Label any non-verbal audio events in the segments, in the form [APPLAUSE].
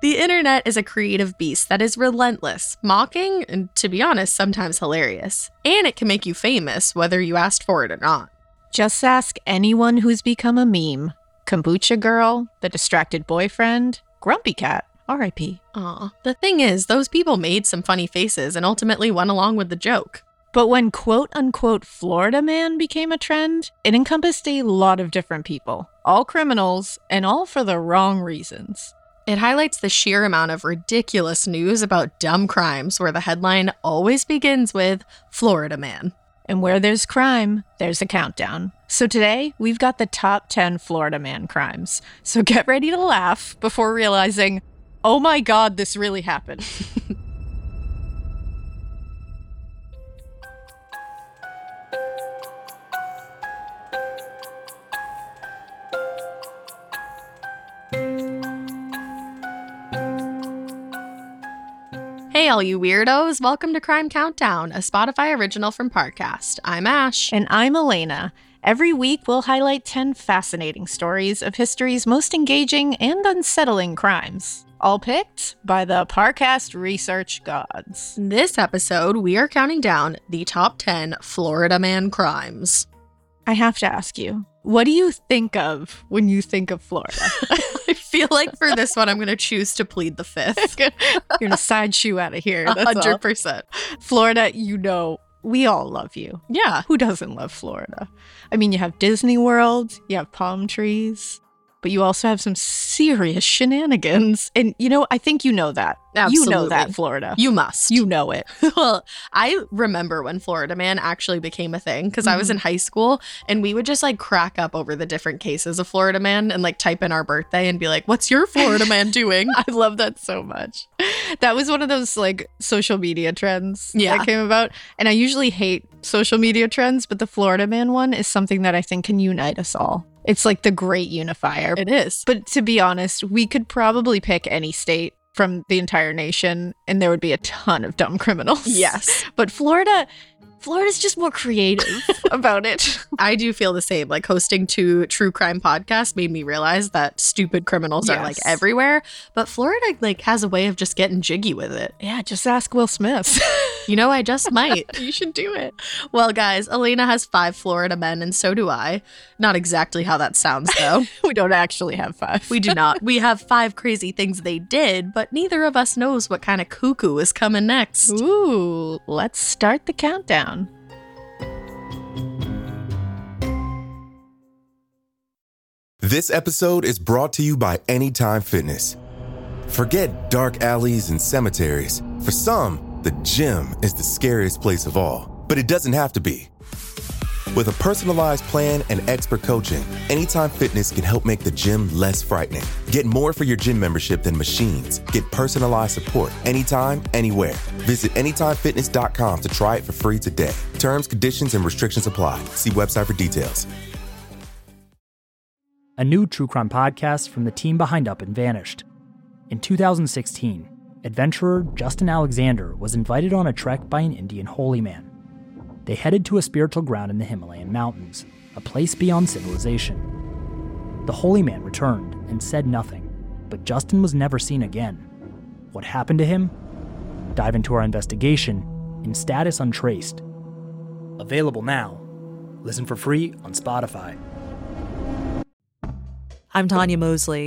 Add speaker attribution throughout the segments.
Speaker 1: The internet is a creative beast that is relentless, mocking, and to be honest, sometimes hilarious. And it can make you famous whether you asked for it or not.
Speaker 2: Just ask anyone who's become a meme Kombucha Girl, The Distracted Boyfriend, Grumpy Cat, RIP.
Speaker 1: Aw, the thing is, those people made some funny faces and ultimately went along with the joke.
Speaker 2: But when quote unquote Florida man became a trend, it encompassed a lot of different people, all criminals, and all for the wrong reasons.
Speaker 1: It highlights the sheer amount of ridiculous news about dumb crimes where the headline always begins with Florida man.
Speaker 2: And where there's crime, there's a countdown. So today, we've got the top 10 Florida man crimes. So get ready to laugh before realizing, oh my God, this really happened.
Speaker 1: Hey, all you weirdos, welcome to Crime Countdown, a Spotify original from Parcast. I'm Ash.
Speaker 2: And I'm Elena. Every week, we'll highlight 10 fascinating stories of history's most engaging and unsettling crimes, all picked by the Parcast Research Gods.
Speaker 1: In this episode, we are counting down the top 10 Florida man crimes. [LAUGHS]
Speaker 2: I have to ask you, what do you think of when you think of Florida?
Speaker 1: I feel like for this one, I'm going to choose to plead the [LAUGHS] fifth.
Speaker 2: You're gonna side shoe out of here. That's all.
Speaker 1: 100%.
Speaker 2: Florida, you know, we all love you.
Speaker 1: Yeah.
Speaker 2: Who doesn't love Florida? I mean, you have Disney World, you have palm trees, but you also have some serious shenanigans. And you know, I think you know that. You know that,
Speaker 1: Absolutely.
Speaker 2: Florida.
Speaker 1: You must. [LAUGHS]
Speaker 2: You know it.
Speaker 1: well, I remember when Florida Man actually became a thing because I was in high school and we would just like crack up over the different cases of Florida Man and like type in our birthday and be like, what's your Florida Man doing?
Speaker 2: [LAUGHS] I love that so much. That was one of those like social media trends
Speaker 1: Yeah.
Speaker 2: that came about. And I usually hate social media trends, but the Florida man one is something that I think can unite us all. It's like the great unifier.
Speaker 1: it is.
Speaker 2: But to be honest, we could probably pick any state from the entire nation and there would be a ton of dumb criminals.
Speaker 1: [LAUGHS] Yes.
Speaker 2: [LAUGHS] But Florida Florida's just more
Speaker 1: [LAUGHS]
Speaker 2: creative about it.
Speaker 1: I do feel the same. Like hosting two true crime podcasts made me realize that stupid criminals are like
Speaker 2: Yes.
Speaker 1: everywhere, but Florida like has a way of just getting jiggy with it.
Speaker 2: Yeah, just ask Will Smith. [LAUGHS]
Speaker 1: You know, I just might.
Speaker 2: you should do it.
Speaker 1: Well, guys, Elena has five Florida men, and so do I. Not exactly how that sounds,
Speaker 2: [LAUGHS]
Speaker 1: though.
Speaker 2: We don't actually have five.
Speaker 1: we do not. We have five crazy things they did, but neither of us knows what kind of cuckoo is coming next.
Speaker 2: Ooh, let's start the countdown.
Speaker 3: This episode is brought to you by Anytime Fitness. Forget dark alleys and cemeteries. For some, the gym is the scariest place of all, but it doesn't have to be. With a personalized plan and expert coaching, Anytime Fitness can help make the gym less frightening. Get more for your gym membership than machines. Get personalized support anytime, anywhere. Visit AnytimeFitness.com to try it for free today. Terms, conditions, and restrictions apply. See website for details.
Speaker 4: a new true crime podcast from the team behind Up and Vanished. In 2016, adventurer Justin Alexander was invited on a trek by an Indian holy man. They headed to a spiritual ground in the Himalayan mountains, a place beyond civilization. The holy man returned and said nothing, but Justin was never seen again. What happened to him? Dive into our investigation in Status Untraced. Available now. Listen for free on Spotify.
Speaker 5: I'm Tanya Mosley.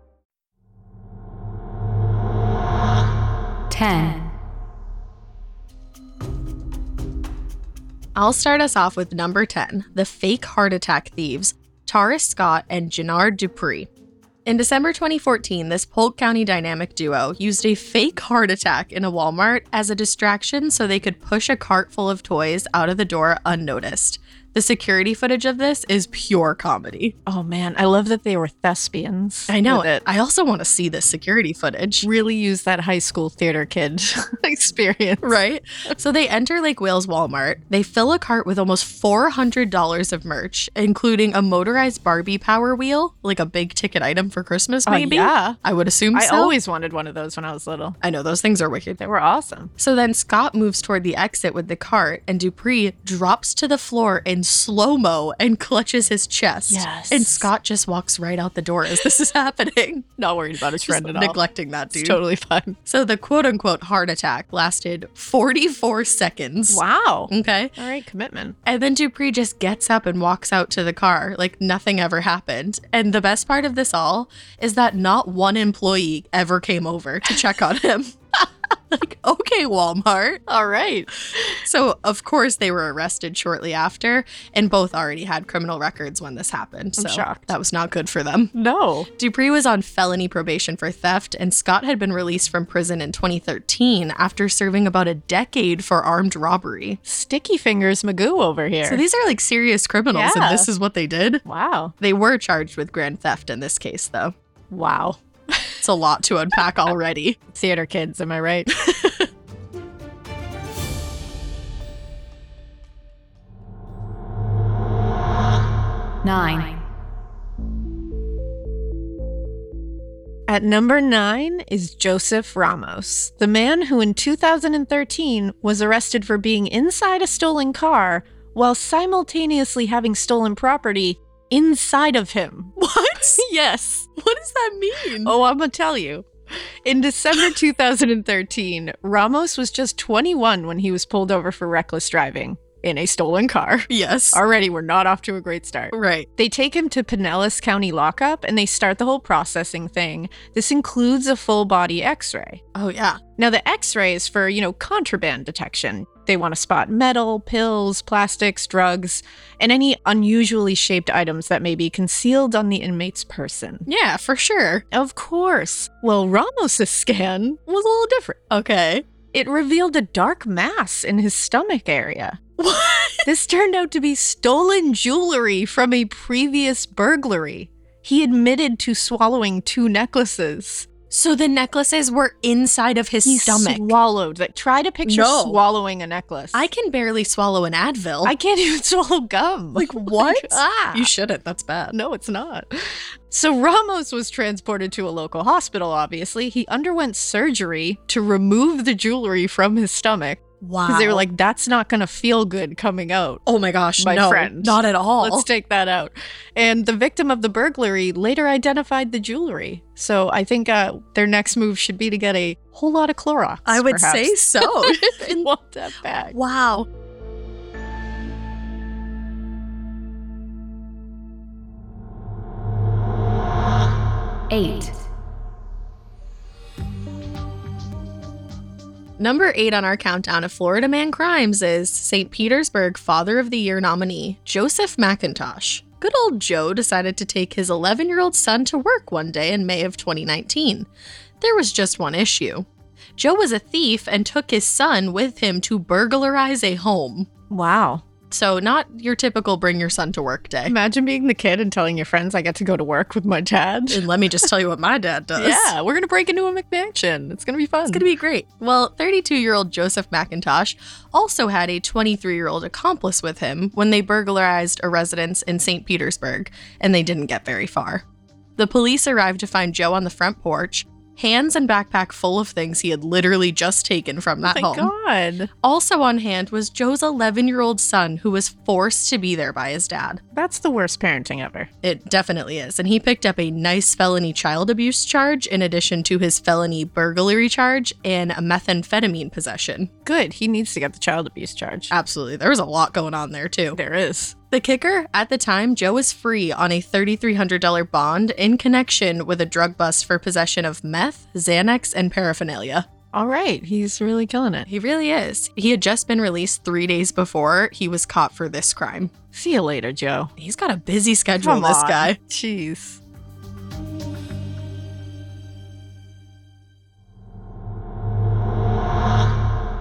Speaker 6: 10.
Speaker 1: I'll start us off with number 10 the fake heart attack thieves, Taurus Scott and Gennard Dupree. In December 2014, this Polk County dynamic duo used a fake heart attack in a Walmart as a distraction so they could push a cart full of toys out of the door unnoticed. The security footage of this is pure comedy.
Speaker 2: Oh man, I love that they were thespians.
Speaker 1: I know
Speaker 2: with
Speaker 1: it.
Speaker 2: it.
Speaker 1: I also want to see this security footage.
Speaker 2: really use that high school theater kid [LAUGHS] experience.
Speaker 1: [LAUGHS] Right? So they enter Lake Wales Walmart. They fill a cart with almost $400 of merch, including a motorized Barbie Power Wheel, like a big ticket item for Christmas,
Speaker 2: Oh,
Speaker 1: maybe?
Speaker 2: yeah.
Speaker 1: I would assume
Speaker 2: I
Speaker 1: so.
Speaker 2: always wanted one of those when I was little.
Speaker 1: I know those things are wicked.
Speaker 2: They were awesome.
Speaker 1: So then Scott moves toward the exit with the cart, and Dupree drops to the floor in slow mo and [LAUGHS] clutches his chest.
Speaker 2: Yes.
Speaker 1: And Scott just walks right out the door as this is
Speaker 2: [LAUGHS]
Speaker 1: [LAUGHS] happening.
Speaker 2: Not worried about his
Speaker 1: Just
Speaker 2: [LAUGHS] friend at all.
Speaker 1: neglecting that dude.
Speaker 2: It's totally fine.
Speaker 1: So the quote unquote heart attack lasted 44 seconds.
Speaker 2: Wow.
Speaker 1: Okay.
Speaker 2: Mm. All right, commitment.
Speaker 1: And then Dupree just gets up and walks out to the car like nothing ever happened. And the best part of this all is that not one employee ever came over to check on him. [LAUGHS] like, okay, Walmart.
Speaker 2: All right.
Speaker 1: So, of course, they were arrested shortly after, and both already had criminal records when this happened. So,
Speaker 2: I'm shocked.
Speaker 1: that was not good for them.
Speaker 2: No.
Speaker 1: Dupree was on felony probation for theft, and Scott had been released from prison in 2013 after serving about a decade for armed robbery.
Speaker 2: Sticky fingers Magoo over here.
Speaker 1: So, these are like serious criminals,
Speaker 2: Yeah.
Speaker 1: and this is what they did.
Speaker 2: wow.
Speaker 1: They were charged with grand theft in this case, though.
Speaker 2: Wow.
Speaker 1: It's a lot to [LAUGHS] unpack already.
Speaker 2: Theater kids, am I
Speaker 1: [LAUGHS]
Speaker 2: right?
Speaker 6: Nine.
Speaker 2: At number nine is Joseph Ramos, the man who in 2013 was arrested for being inside a stolen car while simultaneously having stolen property inside of him.
Speaker 1: What?
Speaker 2: [LAUGHS] Yes.
Speaker 1: what does that mean?
Speaker 2: Oh, I'm going to tell you. In December 2013, Ramos was just 21 when he was pulled over for reckless driving in a stolen car.
Speaker 1: yes.
Speaker 2: Already, we're not off to a great start.
Speaker 1: right.
Speaker 2: They take him to Pinellas County lockup and they start the whole processing thing. This includes a full body x ray.
Speaker 1: Oh, yeah.
Speaker 2: Now, the x ray is for, you know, contraband detection. They want to spot metal, pills, plastics, drugs, and any unusually shaped items that may be concealed on the inmate's person.
Speaker 1: Yeah, for sure.
Speaker 2: Of course. Well, Ramos's scan was a little different.
Speaker 1: Okay.
Speaker 2: It revealed a dark mass in his stomach area.
Speaker 1: What?
Speaker 2: [LAUGHS] This turned out to be stolen jewelry from a previous burglary. He admitted to swallowing two necklaces.
Speaker 1: So the necklaces were inside of his
Speaker 2: He
Speaker 1: stomach.
Speaker 2: swallowed. Like, try to picture
Speaker 1: No.
Speaker 2: swallowing a necklace.
Speaker 1: I can barely swallow an Advil.
Speaker 2: I can't even [LAUGHS] swallow gum. [LAUGHS]
Speaker 1: [LAUGHS] like what?
Speaker 2: ah.
Speaker 1: You shouldn't. That's bad.
Speaker 2: No, it's not. So Ramos was transported to a local hospital, obviously. He underwent surgery to remove the jewelry from his stomach
Speaker 1: Wow.
Speaker 2: because they were like, that's not going to feel good coming out.
Speaker 1: oh my gosh,
Speaker 2: My
Speaker 1: no,
Speaker 2: friend.
Speaker 1: not at all.
Speaker 2: Let's take that out. And the victim of the burglary later identified the jewelry. So I think uh, their next move should be to get a whole lot of Clorox.
Speaker 1: I would
Speaker 2: perhaps.
Speaker 1: say so. [LAUGHS]
Speaker 2: [LAUGHS] they want that back.
Speaker 1: wow.
Speaker 6: Eight.
Speaker 1: Number eight on our countdown of Florida man crimes is St. Petersburg Father of the Year nominee Joseph McIntosh. Good old Joe decided to take his 11 year old son to work one day in May of 2019. There was just one issue. Joe was a thief and took his son with him to burglarize a home.
Speaker 2: Wow.
Speaker 1: So, not your typical bring your son to work day.
Speaker 2: Imagine being the kid and telling your friends, I get to go to work with my dad.
Speaker 1: And let me just tell you what
Speaker 2: [LAUGHS]
Speaker 1: my dad does.
Speaker 2: Yeah, we're going to break into a McMansion. It's going to be fun.
Speaker 1: It's going to be great. Well, 32 year old Joseph McIntosh also had a 23 year old accomplice with him when they burglarized a residence in St. Petersburg, and they didn't get very far. The police arrived to find Joe on the front porch, hands and backpack full of things he had literally just taken from that
Speaker 2: Thank
Speaker 1: home.
Speaker 2: Oh God.
Speaker 1: Also on hand was Joe's 11 year old son, who was forced to be there by his dad.
Speaker 2: That's the worst parenting ever.
Speaker 1: It definitely is. And he picked up a nice felony child abuse charge in addition to his felony burglary charge and a methamphetamine possession.
Speaker 2: Good. He needs to get the child abuse charge.
Speaker 1: Absolutely. There was a lot going on there, too.
Speaker 2: there is.
Speaker 1: The kicker at the time, Joe was free on a $3,300 bond in connection with a drug bust for possession of meth, Xanax, and paraphernalia.
Speaker 2: All right. He's really killing it.
Speaker 1: He really is. He had just been released three days before he was caught for this crime.
Speaker 2: See you later, Joe.
Speaker 1: He's got a busy schedule, this guy.
Speaker 2: Jeez.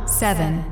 Speaker 6: Seven.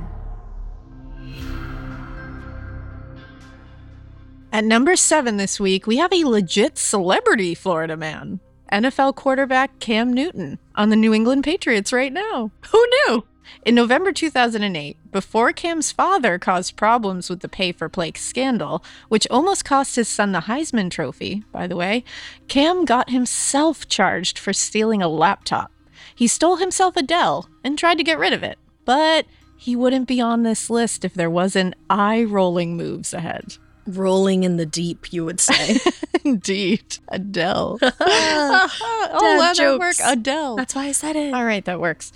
Speaker 2: At number seven this week, we have a legit celebrity Florida man NFL quarterback Cam Newton on the New England Patriots right now.
Speaker 1: Who knew?
Speaker 2: In November 2008, before Cam's father caused problems with the pay for play scandal, which almost cost his son the Heisman Trophy, by the way, Cam got himself charged for stealing a laptop. He stole himself a Dell and tried to get rid of it, but he wouldn't be on this list if there wasn't eye rolling moves ahead.
Speaker 1: Rolling in the deep, you would [LAUGHS] say.
Speaker 2: [LAUGHS] Indeed,
Speaker 1: [LAUGHS]
Speaker 2: Adele. [LAUGHS] oh, let her work,
Speaker 1: jokes.
Speaker 2: Adele.
Speaker 1: That's why I said it.
Speaker 2: All right, that works.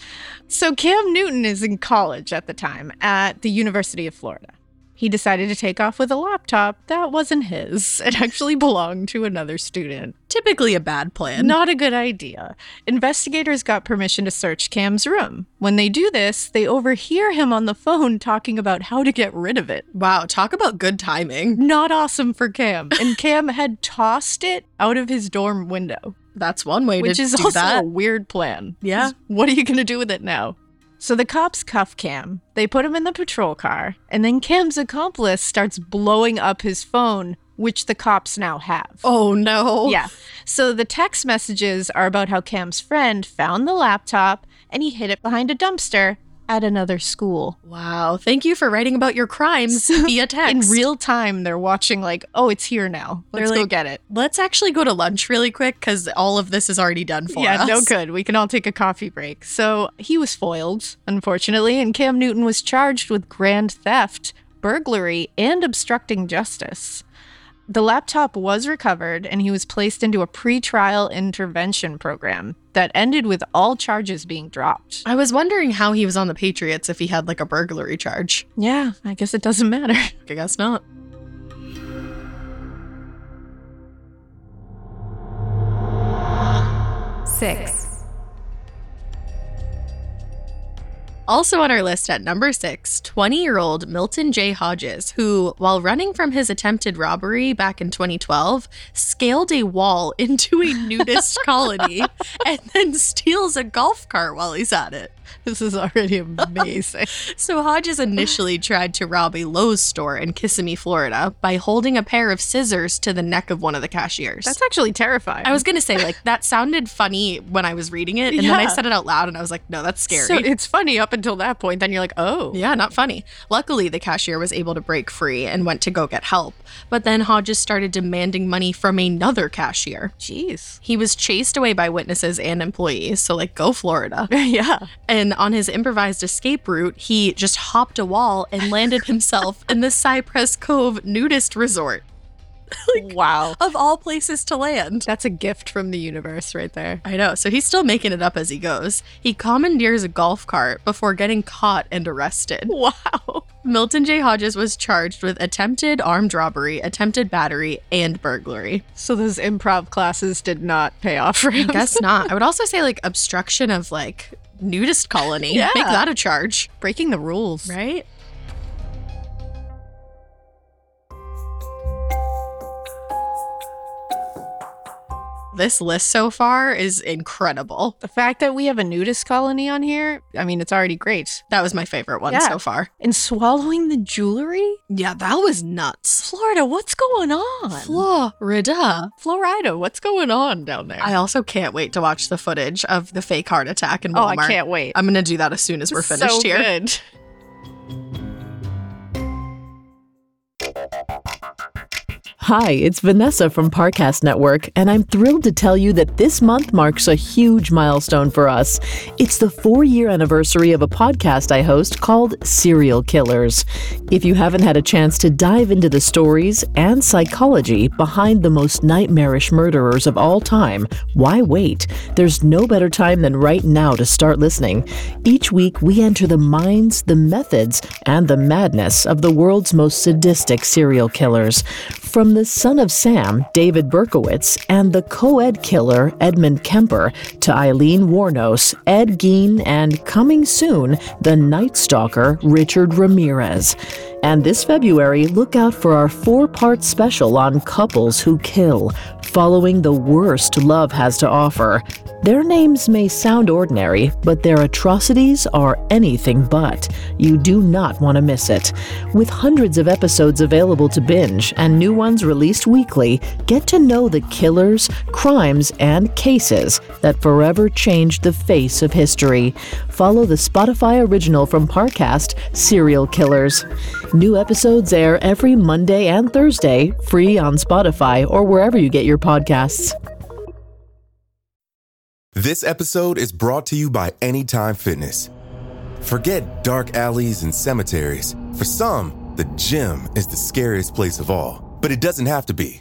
Speaker 2: So Cam Newton is in college at the time at the University of Florida. He decided to take off with a laptop that wasn't his. [LAUGHS] It actually belonged to another student.
Speaker 1: Typically a bad plan.
Speaker 2: Not a good idea. Investigators got permission to search Cam's room. When they do this, they overhear him on the phone talking about how to get rid of it.
Speaker 1: Wow, talk about good timing.
Speaker 2: Not awesome for Cam. And Cam had tossed it out of his dorm window
Speaker 1: [LAUGHS] That's one way
Speaker 2: which
Speaker 1: to
Speaker 2: is
Speaker 1: do
Speaker 2: also
Speaker 1: that.
Speaker 2: a weird plan.
Speaker 1: Yeah.
Speaker 2: 'Cause What are you going to do with it now? So the cops cuff Cam. They put him in the patrol car, and then Cam's accomplice starts blowing up his phone, which the cops now have.
Speaker 1: Oh no.
Speaker 2: Yeah. So the text messages are about how Cam's friend found the laptop and he hid it behind a dumpster at another school.
Speaker 1: Wow. Thank you for writing about your crimes via text.
Speaker 2: [LAUGHS] In real time, they're watching, like, oh, it's here now.
Speaker 1: They're
Speaker 2: Let's go
Speaker 1: like,
Speaker 2: get it.
Speaker 1: Let's actually go to lunch really quick because all of this is already done for
Speaker 2: yeah,
Speaker 1: us.
Speaker 2: no good. We can all take a coffee break. So he was foiled, unfortunately, and Cam Newton was charged with grand theft, burglary, and obstructing justice. The laptop was recovered and he was placed into a pretrial intervention program that ended with all charges being dropped.
Speaker 1: I was wondering how he was on the Patriots if he had like a burglary charge.
Speaker 2: Yeah, I guess it doesn't matter.
Speaker 1: I guess not.
Speaker 6: six,
Speaker 1: Also on our list at number six, 20 year old Milton J. Hodges, who, while running from his attempted robbery back in 2012, scaled a wall [LAUGHS] into a
Speaker 2: [LAUGHS]
Speaker 1: nudist colony and then steals a golf cart while he's at it.
Speaker 2: This is already amazing.
Speaker 1: [LAUGHS] So Hodges initially tried to rob a Lowe's store in Kissimmee, Florida, by holding a pair of scissors to the neck of one of the
Speaker 2: [LAUGHS]
Speaker 1: cashiers.
Speaker 2: That's actually terrifying.
Speaker 1: I was gonna say like that sounded funny when I was reading it, and then I
Speaker 2: Yeah.
Speaker 1: said it out loud, and I was like, no, that's scary.
Speaker 2: So it's funny up until that point. Then you're like, oh.
Speaker 1: yeah, not funny. Luckily, the cashier was able to break free and went to go get help. But then Hodges started demanding money from another cashier.
Speaker 2: Jeez.
Speaker 1: He was chased away by witnesses and employees, so like go Florida.
Speaker 2: [LAUGHS] yeah.
Speaker 1: And on his improvised escape route, he just hopped a wall and landed himself in the Cypress Cove nudist resort.
Speaker 2: wow.
Speaker 1: Of all places to land.
Speaker 2: That's a gift from the universe right there.
Speaker 1: I know. So he's still making it up as he goes. He commandeers a golf cart before getting caught and arrested.
Speaker 2: [LAUGHS] Wow.
Speaker 1: Milton J. Hodges was charged with attempted armed robbery, attempted battery, and
Speaker 2: [LAUGHS]
Speaker 1: burglary.
Speaker 2: So those improv classes did not pay off for him. [LAUGHS]
Speaker 1: Guess not. I would also say like obstruction of like nudist colony.
Speaker 2: [LAUGHS] Yeah.
Speaker 1: Make that a charge,
Speaker 2: breaking the rules.
Speaker 1: right? This list so far is incredible.
Speaker 2: The fact that we have a nudist colony on here, I mean, it's already great.
Speaker 1: That was my favorite one
Speaker 2: Yeah.
Speaker 1: so far.
Speaker 2: And swallowing the jewelry?
Speaker 1: Yeah, that was oh, nuts.
Speaker 2: Florida, what's going on?
Speaker 1: Florida.
Speaker 2: Florida, what's going on down there?
Speaker 1: I also can't wait to watch the footage of the fake heart attack in
Speaker 2: oh,
Speaker 1: Walmart.
Speaker 2: I can't wait.
Speaker 1: I'm gonna do that as soon as we're finished
Speaker 2: so
Speaker 1: here.
Speaker 2: Good.
Speaker 7: Hi, it's Vanessa from Parcast Network, and I'm thrilled to tell you that this month marks a huge milestone for us. It's the four year anniversary of a podcast I host called Serial Killers. If you haven't had a chance to dive into the stories and psychology behind the most nightmarish murderers of all time, why wait? There's no better time than right now to start listening. Each week, we enter the minds, the methods, and the madness of the world's most sadistic serial killers. From the son of Sam, David Berkowitz, and the co ed killer, Edmund Kemper, to Eileen Warnos, Ed Gein, and coming soon, the Night Stalker, Richard Ramirez. And this February, look out for our four part special on couples who kill, following the worst love has to offer. Their names may sound ordinary, but their atrocities are anything but. You do not want to miss it. With hundreds of episodes available to binge and new ones released weekly, get to know the killers, crimes, and cases that forever changed the face of history. Follow the Spotify original from Parcast, Serial Killers. New episodes air every Monday and Thursday, free on Spotify or wherever you get your podcasts.
Speaker 3: This episode is brought to you by Anytime Fitness. Forget dark alleys and cemeteries. For some, the gym is the scariest place of all, but it doesn't have to be.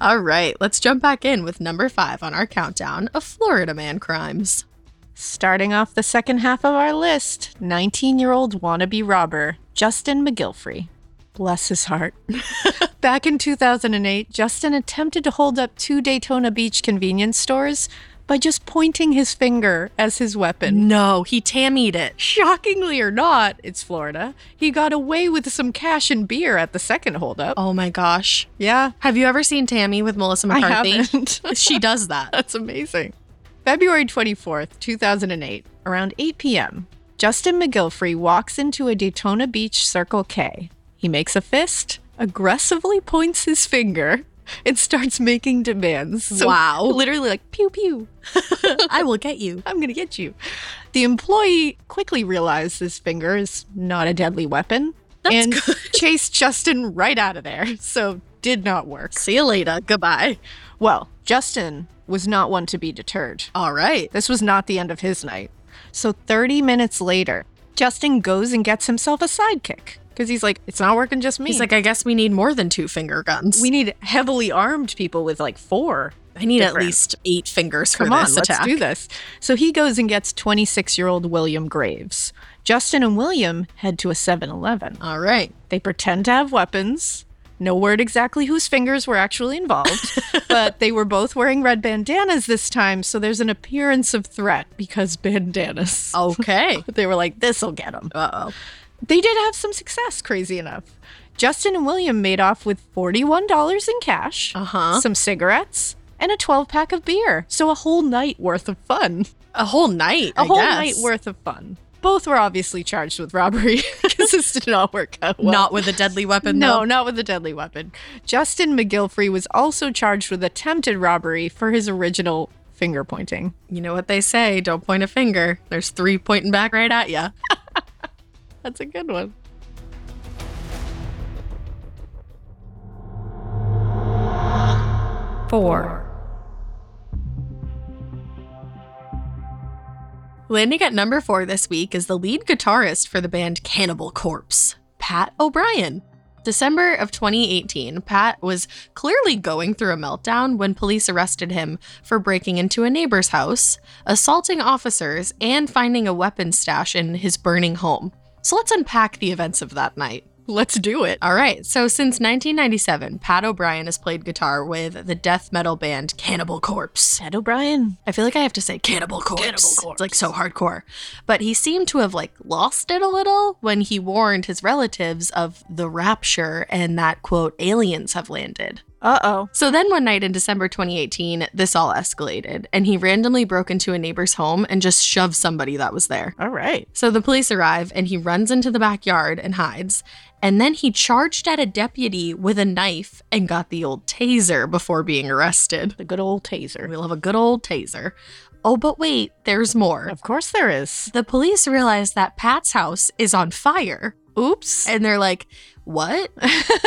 Speaker 1: All right, let's jump back in with number five on our countdown of Florida man crimes.
Speaker 2: Starting off the second half of our list 19 year old wannabe robber, Justin McGilfrey. Bless his
Speaker 1: [LAUGHS]
Speaker 2: heart. Back in 2008, Justin attempted to hold up two Daytona Beach convenience stores by just pointing his finger as his weapon.
Speaker 1: No, he tammied it.
Speaker 2: Shockingly or not, it's Florida. He got away with some cash and beer at the second holdup.
Speaker 1: Oh my gosh.
Speaker 2: Yeah,
Speaker 1: Have you ever seen Tammy with Melissa
Speaker 2: I
Speaker 1: McCarthy?
Speaker 2: haven't. [LAUGHS]
Speaker 1: [LAUGHS] she does that.
Speaker 2: That's amazing. February 24th, 2008, around 8 p.m., Justin McGilfrey walks into a Daytona Beach Circle K. He makes a fist, aggressively points his finger, and starts making demands.
Speaker 1: Wow.
Speaker 2: Literally, like, pew pew.
Speaker 1: I will get you.
Speaker 2: I'm going to get you. The employee quickly realized this finger is not a deadly weapon and [LAUGHS] chased Justin right out of there. So, did not work.
Speaker 1: See you later. Goodbye.
Speaker 2: Well, Justin was not one to be deterred.
Speaker 1: All right.
Speaker 2: This was not the end of his night. So 30 minutes later, Justin goes and gets himself a sidekick because he's like, it's not working just me.
Speaker 1: He's like, I guess we need more than two finger guns.
Speaker 2: we need heavily armed people with like four.
Speaker 1: I need at
Speaker 2: different-
Speaker 1: least eight fingers
Speaker 2: Come
Speaker 1: for
Speaker 2: on,
Speaker 1: this
Speaker 2: let's
Speaker 1: attack.
Speaker 2: do this. So he goes and gets 26 year old William Graves. Justin and William head to a 7 Eleven.
Speaker 1: All right.
Speaker 2: They pretend to have weapons. No word exactly whose fingers were actually
Speaker 1: [LAUGHS]
Speaker 2: involved, but they were both wearing red bandanas this time, so there's an appearance of threat because bandanas.
Speaker 1: Oh. Okay.
Speaker 2: [LAUGHS] They were like, this'll get them.
Speaker 1: Uh oh.
Speaker 2: They did have some success, crazy enough. Justin and William made off with $41 in cash,
Speaker 1: Uh-huh.
Speaker 2: some cigarettes, and a 12 pack of beer. So a whole night worth of fun.
Speaker 1: A whole night.
Speaker 2: A
Speaker 1: I
Speaker 2: whole
Speaker 1: guess.
Speaker 2: night worth of fun. Both were obviously charged with robbery [LAUGHS] because this did not work out well.
Speaker 1: Not with a deadly weapon.
Speaker 2: No,
Speaker 1: though.
Speaker 2: not with a deadly weapon. Justin McGilfrey was also charged with attempted robbery for his original finger pointing.
Speaker 1: You know what they say? Don't point a finger. There's three pointing back right at you.
Speaker 2: That's a good one.
Speaker 6: Four.
Speaker 1: Landing at number four this week is the lead guitarist for the band Cannibal Corpse, Pat O'Brien. December of 2018, Pat was clearly going through a meltdown when police arrested him for breaking into a neighbor's house, assaulting officers, and finding a weapon stash in his burning home. So let's unpack the events of that night.
Speaker 2: Let's do it.
Speaker 1: All right. So since 1997, Pat O'Brien has played guitar with the death metal band Cannibal Corpse.
Speaker 2: Ed O'Brien.
Speaker 1: I feel like I have to say Cannibal Corpse. It's like so hardcore. But he seemed to have like lost it a little when he warned his relatives of the rapture and that quote aliens have landed.
Speaker 2: Uh oh.
Speaker 1: So then one night in December 2018, this all escalated and he randomly broke into a neighbor's home and just shoved somebody that was there.
Speaker 2: All right.
Speaker 1: So the police arrive and he runs into the backyard and hides. And then he charged at a deputy with a knife and got the old taser before being arrested.
Speaker 2: The good old taser.
Speaker 1: We'll have a good old taser. Oh, but wait, there's more.
Speaker 2: Of course there is.
Speaker 1: The police realize that Pat's house is on fire.
Speaker 2: Oops.
Speaker 1: And they're like, what? [LAUGHS]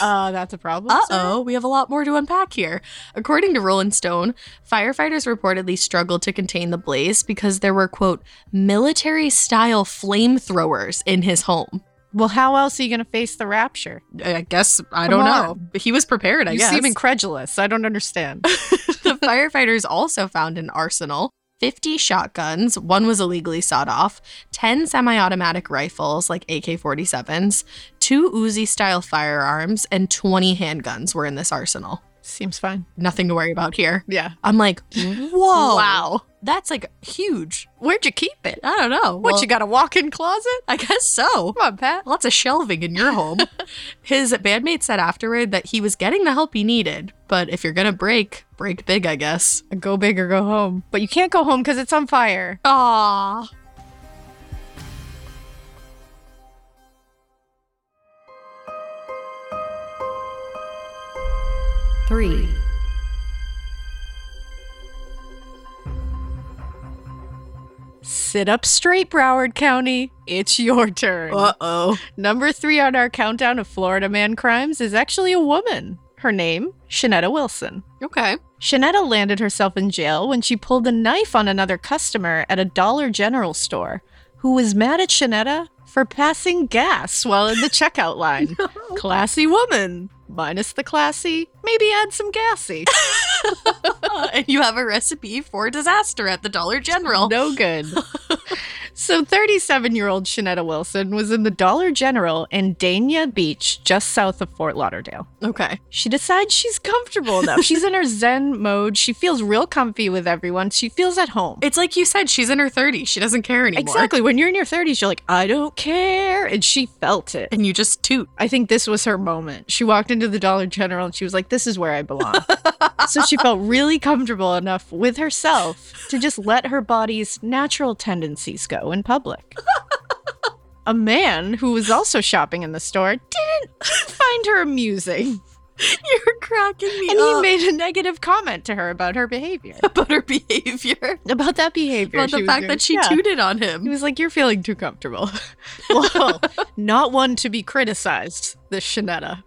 Speaker 2: uh, that's a problem.
Speaker 1: Uh
Speaker 2: sir?
Speaker 1: oh, we have a lot more to unpack here. According to Rolling Stone, firefighters reportedly struggled to contain the blaze because there were, quote, military style flamethrowers in his home.
Speaker 2: Well, how else are you going to face the rapture?
Speaker 1: I guess I
Speaker 2: Come
Speaker 1: don't know.
Speaker 2: on.
Speaker 1: But He was prepared, I
Speaker 2: you
Speaker 1: guess. [LAUGHS]
Speaker 2: seem incredulous. I don't understand.
Speaker 1: the firefighters also found an arsenal 50 shotguns, one was illegally sawed off, 10 semi automatic rifles, like AK 47s, two Uzi style firearms, and 20 handguns were in this arsenal.
Speaker 2: Seems fine.
Speaker 1: Nothing to worry about here.
Speaker 2: Yeah.
Speaker 1: I'm like, whoa. wow. That's like huge. Where'd you keep it? I don't know.
Speaker 2: What,
Speaker 1: Well,
Speaker 2: you got a walk in closet?
Speaker 1: I guess so.
Speaker 2: Come on, Pat.
Speaker 1: Lots of shelving in
Speaker 2: [LAUGHS]
Speaker 1: your home. His bandmate said afterward that he was getting the help he needed, but if you're gonna break, break big, I guess.
Speaker 2: Go big or go home. But you can't go home because it's on fire.
Speaker 1: Aww.
Speaker 6: three,
Speaker 2: Sit up straight, Broward County. It's your turn.
Speaker 1: oh.
Speaker 2: Number three on our countdown of Florida man crimes is actually a woman. Her name, Shanetta Wilson.
Speaker 1: Okay.
Speaker 2: Shanetta landed herself in jail when she pulled a knife on another customer at a Dollar General store who was mad at Shanetta for passing gas while in the checkout line. Classy woman. Minus the classy, maybe add some gassy.
Speaker 1: and [LAUGHS] you have a recipe for disaster at the Dollar General.
Speaker 2: No good. so, 37 year old Shanetta Wilson was in the Dollar General in Dania Beach, just south of Fort Lauderdale.
Speaker 1: Okay.
Speaker 2: She decides she's comfortable enough. She's in her zen mode. She feels real comfy with everyone. She feels at home.
Speaker 1: It's like you said, she's in her 30s. She doesn't care anymore.
Speaker 2: Exactly. When you're in your 30s, you're like, I don't care. And she felt it.
Speaker 1: And you
Speaker 2: [LAUGHS]
Speaker 1: just toot.
Speaker 2: I think this was her moment. She walked into the Dollar General and she was like, This is where I [LAUGHS] belong. so she felt really comfortable enough with herself to just let her body's natural tendencies go in [LAUGHS] public. A man who was also shopping in the store didn't [LAUGHS] find her amusing.
Speaker 1: You're cracking me
Speaker 2: And he
Speaker 1: up
Speaker 2: made a negative comment to her about her [LAUGHS] behavior.
Speaker 1: about her behavior.
Speaker 2: About that behavior.
Speaker 1: About the
Speaker 2: was
Speaker 1: fact
Speaker 2: doing.
Speaker 1: that she
Speaker 2: Yeah.
Speaker 1: tooted on
Speaker 2: He
Speaker 1: him.
Speaker 2: was like, You're feeling too comfortable. [LAUGHS] well, not one to be criticized, this Shanetta.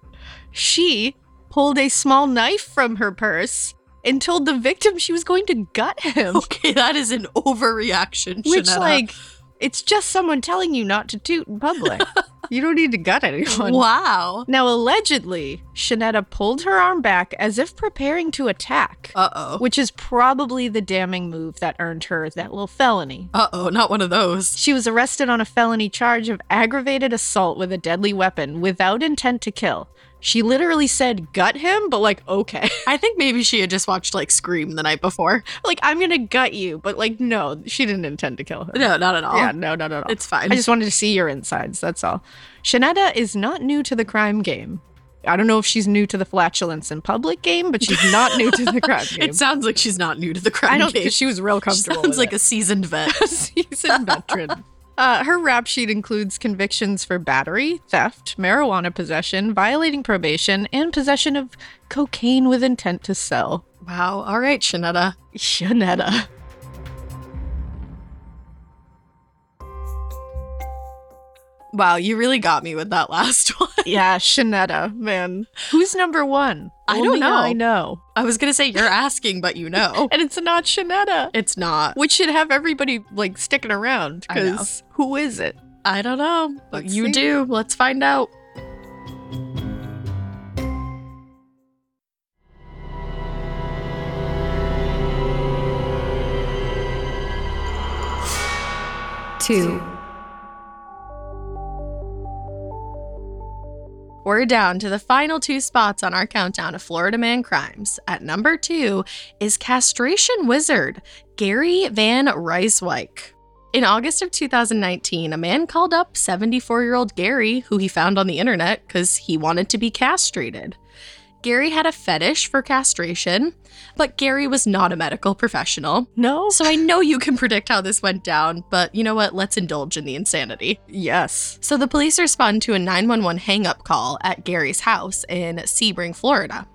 Speaker 2: She pulled a small knife from her purse and told the victim she was going to gut him.
Speaker 1: Okay, that is an overreaction,
Speaker 2: Which,
Speaker 1: Shanetta.
Speaker 2: like, it's just someone telling you not to toot in [LAUGHS] public. you don't need to gut anyone.
Speaker 1: Wow.
Speaker 2: Now, allegedly, Shanetta pulled her arm back as if preparing to attack,
Speaker 1: Uh oh.
Speaker 2: which is probably the damning move that earned her that little felony.
Speaker 1: Uh oh, not one of those.
Speaker 2: She was arrested on a felony charge of aggravated assault with a deadly weapon without intent to kill. She literally said, gut him, but like, okay. [LAUGHS]
Speaker 1: I think maybe she had just watched like Scream the night before.
Speaker 2: like, I'm gonna gut you, but like, no, she didn't intend to kill her.
Speaker 1: No, not at all.
Speaker 2: Yeah, no, no, no, no.
Speaker 1: It's fine.
Speaker 2: I just wanted to see your insides, that's all. Shanetta is not new to the crime game. I don't know if she's new to the flatulence in public game, but she's not new to the crime
Speaker 1: [LAUGHS]
Speaker 2: game.
Speaker 1: It sounds like she's not new to the crime.
Speaker 2: I don't
Speaker 1: game.
Speaker 2: think she was real
Speaker 1: She
Speaker 2: comfortable.
Speaker 1: sounds
Speaker 2: with
Speaker 1: like
Speaker 2: it.
Speaker 1: a seasoned vet.
Speaker 2: [LAUGHS] seasoned [LAUGHS] veteran. Uh, her rap sheet includes convictions for battery, theft, marijuana possession, violating probation, and possession of cocaine with intent to sell.
Speaker 1: wow. All right, Shanetta.
Speaker 2: Shanetta.
Speaker 1: Wow, you really got me with that last [LAUGHS] one.
Speaker 2: Yeah, Shanetta, man. Who's number one?
Speaker 1: I don't
Speaker 2: Only
Speaker 1: know.
Speaker 2: I know.
Speaker 1: I was gonna say you're asking, but you know,
Speaker 2: [LAUGHS] And it's not Shanetta,
Speaker 1: it's not.
Speaker 2: which should have everybody like sticking around
Speaker 1: I know.
Speaker 2: because who is it?
Speaker 1: I don't know, but
Speaker 2: Let's
Speaker 1: you
Speaker 2: see.
Speaker 1: do. Let's find out.
Speaker 6: two,
Speaker 1: We're down to the final two spots on our countdown of Florida man crimes. At number two is castration wizard Gary Van Ryswyk. In August of 2019, a man called up 74 year old Gary, who he found on the internet because he wanted to be castrated. Gary had a fetish for castration, but Gary was not a medical professional.
Speaker 2: No?
Speaker 1: So I know you can predict how this went down, but you know what? Let's indulge in the insanity.
Speaker 2: Yes.
Speaker 1: So the police respond to a 911 hang up call at Gary's house in Sebring, Florida.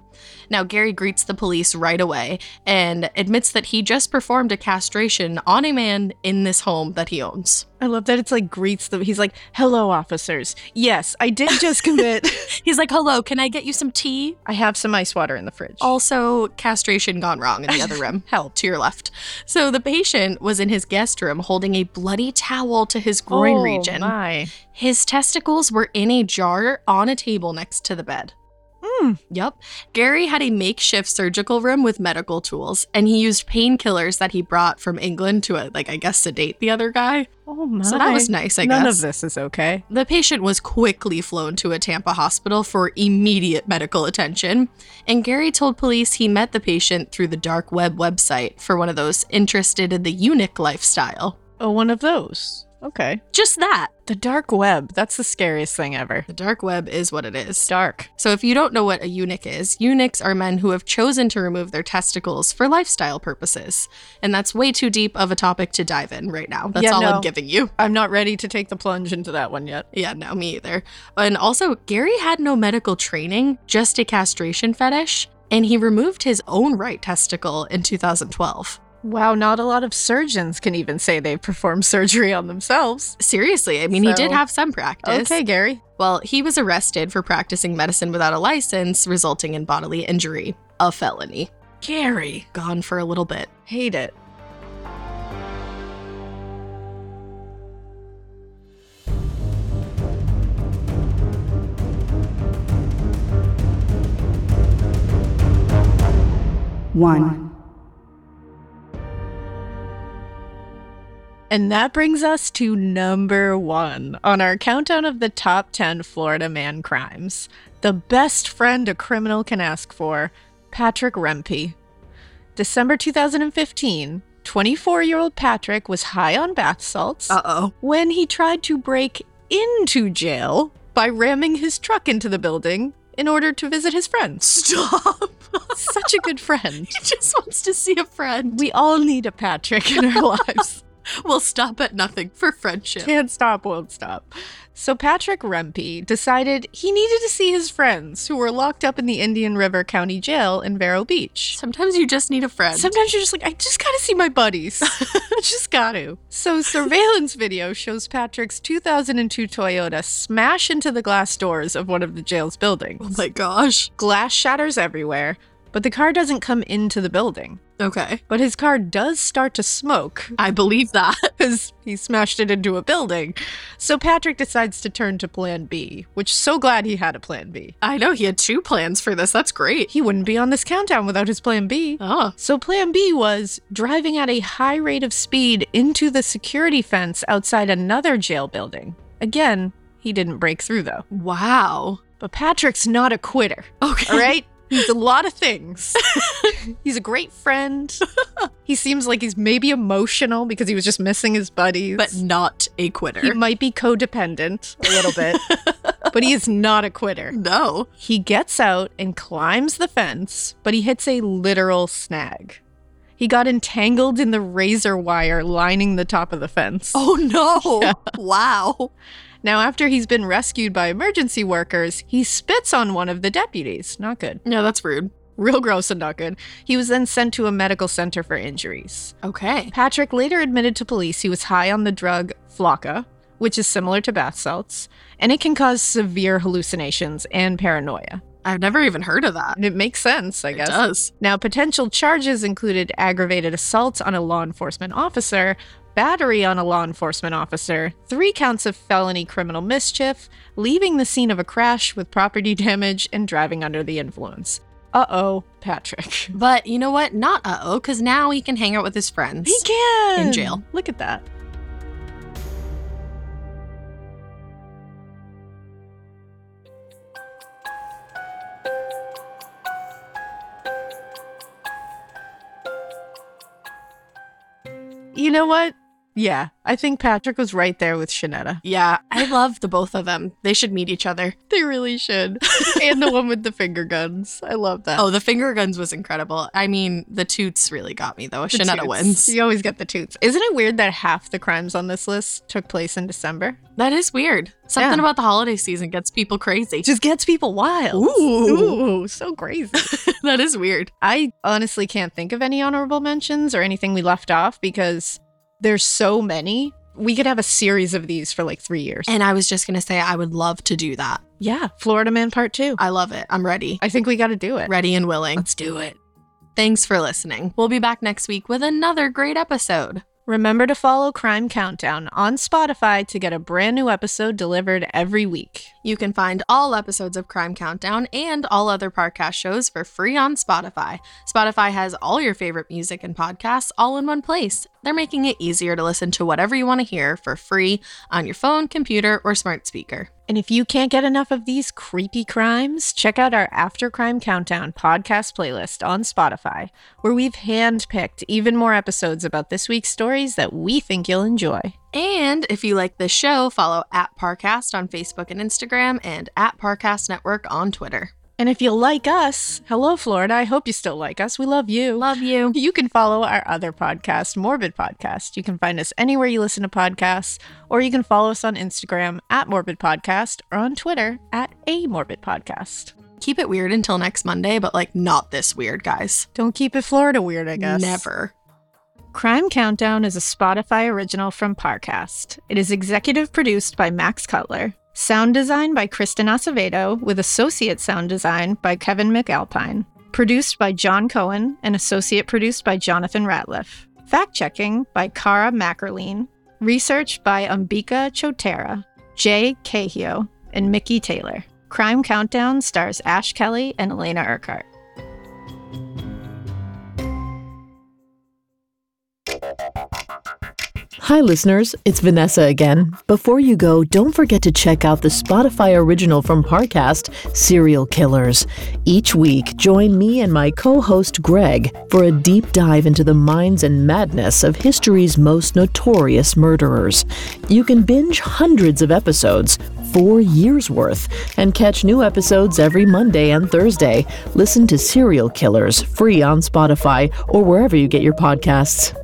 Speaker 1: Now, Gary greets the police right away and admits that he just performed a castration on a man in this home that he owns.
Speaker 2: I love that it's like greets them. He's like, hello, officers. Yes, I did just commit. [LAUGHS]
Speaker 1: He's like, Hello, can I get you some tea?
Speaker 2: I have some ice water in the fridge.
Speaker 1: Also, castration gone wrong in the other room. Hell, to your left. So the patient was in his guest room holding a bloody towel to his groin region.
Speaker 2: Oh My.
Speaker 1: His testicles were in a jar on a table next to the bed. Yep. Gary had a makeshift surgical room with medical tools, and he used painkillers that he brought from England to, uh like, I guess, sedate the other guy.
Speaker 2: Oh my.
Speaker 1: So that was nice, I
Speaker 2: None
Speaker 1: guess.
Speaker 2: of this is okay.
Speaker 1: The patient was quickly flown to a Tampa hospital for immediate medical attention, and Gary told police he met the patient through the dark web website for one of those interested in the eunuch lifestyle.
Speaker 2: Oh, one of those. Okay.
Speaker 1: Just that.
Speaker 2: The dark web. That's the scariest thing ever.
Speaker 1: The dark web is what it is.
Speaker 2: Dark.
Speaker 1: So, if you don't know what a eunuch is, eunuchs are men who have chosen to remove their testicles for lifestyle purposes. And that's way too deep of a topic to dive in right now. That's
Speaker 2: Yeah,
Speaker 1: all
Speaker 2: no.
Speaker 1: I'm giving you.
Speaker 2: I'm not ready to take the plunge into that one yet.
Speaker 1: Yeah, no, me either. And also, Gary had no medical training, just a castration fetish, and he removed his own right testicle in 2012.
Speaker 2: Wow, not a lot of surgeons can even say they've performed surgery on themselves.
Speaker 1: Seriously, I mean, he
Speaker 2: So-
Speaker 1: did have some practice.
Speaker 2: Okay, Gary.
Speaker 1: Well, he was arrested for practicing medicine without a license, resulting in bodily injury, a felony.
Speaker 2: Gary.
Speaker 1: Gone for a little bit.
Speaker 2: Hate it.
Speaker 8: one,
Speaker 2: And that brings us to number one on our countdown of the top 10 Florida man crimes. The best friend a criminal can ask for Patrick Rempe. December 2015, 24 year old Patrick was high on bath salts
Speaker 1: oh.
Speaker 2: when he tried to break into jail by ramming his truck into the building in order to visit his friends.
Speaker 1: Stop.
Speaker 2: Such a good friend.
Speaker 1: [LAUGHS] he just wants to see a friend.
Speaker 2: We all need a Patrick in our lives.
Speaker 1: will stop at nothing for friendship.
Speaker 2: Can't stop, won't stop. So Patrick Rempe decided he needed to see his friends who were locked up in the Indian River County Jail in Vero Beach.
Speaker 1: Sometimes you just need a friend.
Speaker 2: Sometimes you're just like, I just gotta see my buddies.
Speaker 1: [LAUGHS]
Speaker 2: I just gotta. So surveillance video shows Patrick's 2002 Toyota smash into the glass doors of one of the jail's buildings.
Speaker 1: oh my gosh.
Speaker 2: Glass shatters everywhere, but the car doesn't come into the building.
Speaker 1: Okay.
Speaker 2: But his car does start to smoke
Speaker 1: I
Speaker 2: [LAUGHS]
Speaker 1: believe that.
Speaker 2: because he smashed it into a building. So Patrick decides to turn to plan B, which so glad he had a plan B.
Speaker 1: I know he had two plans for this. That's great.
Speaker 2: He wouldn't be on this countdown without his plan B.
Speaker 1: Oh.
Speaker 2: So plan B was driving at a high rate of speed into the security fence outside another jail building. Again, he didn't break through though.
Speaker 1: Wow.
Speaker 2: But Patrick's not a quitter.
Speaker 1: Okay.
Speaker 2: All right? He's a lot of
Speaker 1: [LAUGHS]
Speaker 2: things. he's a great friend. He seems like he's maybe emotional because he was just missing his buddies.
Speaker 1: But not a quitter. [LAUGHS]
Speaker 2: He might be codependent a little bit, but he is not a quitter.
Speaker 1: no.
Speaker 2: He gets out and climbs the fence, but he hits a literal snag. He got entangled in the razor wire lining the top of the fence.
Speaker 1: Oh no. Wow.
Speaker 2: Now, after he's been rescued by emergency workers, he spits on one of the deputies. Not good.
Speaker 1: No, that's rude.
Speaker 2: Real gross and not good. He was then sent to a medical center for injuries.
Speaker 1: Okay.
Speaker 2: Patrick later admitted to police he was high on the drug Flocka, which is similar to bath salts, and it can cause severe hallucinations and paranoia.
Speaker 1: I've never even heard of that.
Speaker 2: And it makes sense, I
Speaker 1: It
Speaker 2: guess.
Speaker 1: does.
Speaker 2: Now, potential charges included aggravated assault on a law enforcement officer, battery on a law enforcement officer, three counts of felony criminal mischief, leaving the scene of a crash with property [LAUGHS] damage, and driving under the influence. Uh oh, Patrick. [LAUGHS]
Speaker 1: But you know what? Not uh oh, because now he can hang out with his friends.
Speaker 2: He can!
Speaker 1: jail.
Speaker 2: Look at that. You know what? Yeah, I think Patrick was right there with Shanetta.
Speaker 1: Yeah, I love the both of them. They should meet each other.
Speaker 2: [LAUGHS] They really
Speaker 1: [LAUGHS]
Speaker 2: should. and the one with the finger guns. I love that.
Speaker 1: Oh, the finger guns was incredible. I mean, the toots really got me though.
Speaker 2: The
Speaker 1: Shanetta
Speaker 2: toots.
Speaker 1: wins.
Speaker 2: You always get the toots. Isn't it weird that half the crimes on this list took place in December?
Speaker 1: That is weird. Something
Speaker 2: Yeah.
Speaker 1: about the holiday season gets people crazy.
Speaker 2: It just gets people wild.
Speaker 1: Ooh.
Speaker 2: Ooh, so crazy.
Speaker 1: [LAUGHS] that is weird.
Speaker 2: I honestly can't think of any honorable mentions or anything we left off because there's so many. We could have a series of these for like three years.
Speaker 1: And I was just going to say, I would love to do that.
Speaker 2: yeah, Florida Man Part Two. I,
Speaker 1: I love it. I'm ready.
Speaker 2: think we got to do it.
Speaker 1: Ready and willing.
Speaker 2: do it.
Speaker 1: Thanks for listening. We'll be back next week with another great episode.
Speaker 2: Remember to follow Crime Countdown on Spotify to get a brand new episode delivered every week.
Speaker 1: You can find all episodes of Crime Countdown and all other podcast shows for free on Spotify. Spotify has all your favorite music and podcasts all in one place. They're making it easier to listen to whatever you want to hear for free on your phone, computer, or smart speaker.
Speaker 2: And if you can't get enough of these creepy crimes, check out our After Crime Countdown podcast playlist on Spotify, where we've handpicked even more episodes about this week's stories that we think you'll enjoy.
Speaker 1: And if you like this show, follow at Parcast on Facebook and Instagram and at Parcast Network on Twitter.
Speaker 2: And if you like us, hello, Florida. I hope you still like us. We love you.
Speaker 1: Love you.
Speaker 2: You can follow our other podcast, Morbid Podcast. You can find us anywhere you listen to podcasts, or you can follow us on Instagram at Morbid Podcast or on Twitter at A Morbid Podcast.
Speaker 1: Keep it weird until next Monday, but like not this weird, guys.
Speaker 2: Don't keep it Florida weird, I guess.
Speaker 1: Never.
Speaker 2: Crime Countdown is a Spotify original from Parcast. It is executive produced by Max Cutler, sound design by Kristen Acevedo, with associate sound design by Kevin McAlpine, produced by John Cohen, and associate produced by Jonathan Ratliff. Fact checking by Kara Mackerline, research by Umbika Chotera, Jay Cahio, and Mickey Taylor. Crime Countdown stars Ash Kelly and Elena Urquhart.
Speaker 7: Hi, listeners. It's Vanessa again. Before you go, don't forget to check out the Spotify original from Parcast, Serial Killers. Each week, join me and my co host Greg for a deep dive into the minds and madness of history's most notorious murderers. You can binge hundreds of episodes, four years worth, and catch new episodes every Monday and Thursday. Listen to Serial Killers free on Spotify or wherever you get your podcasts.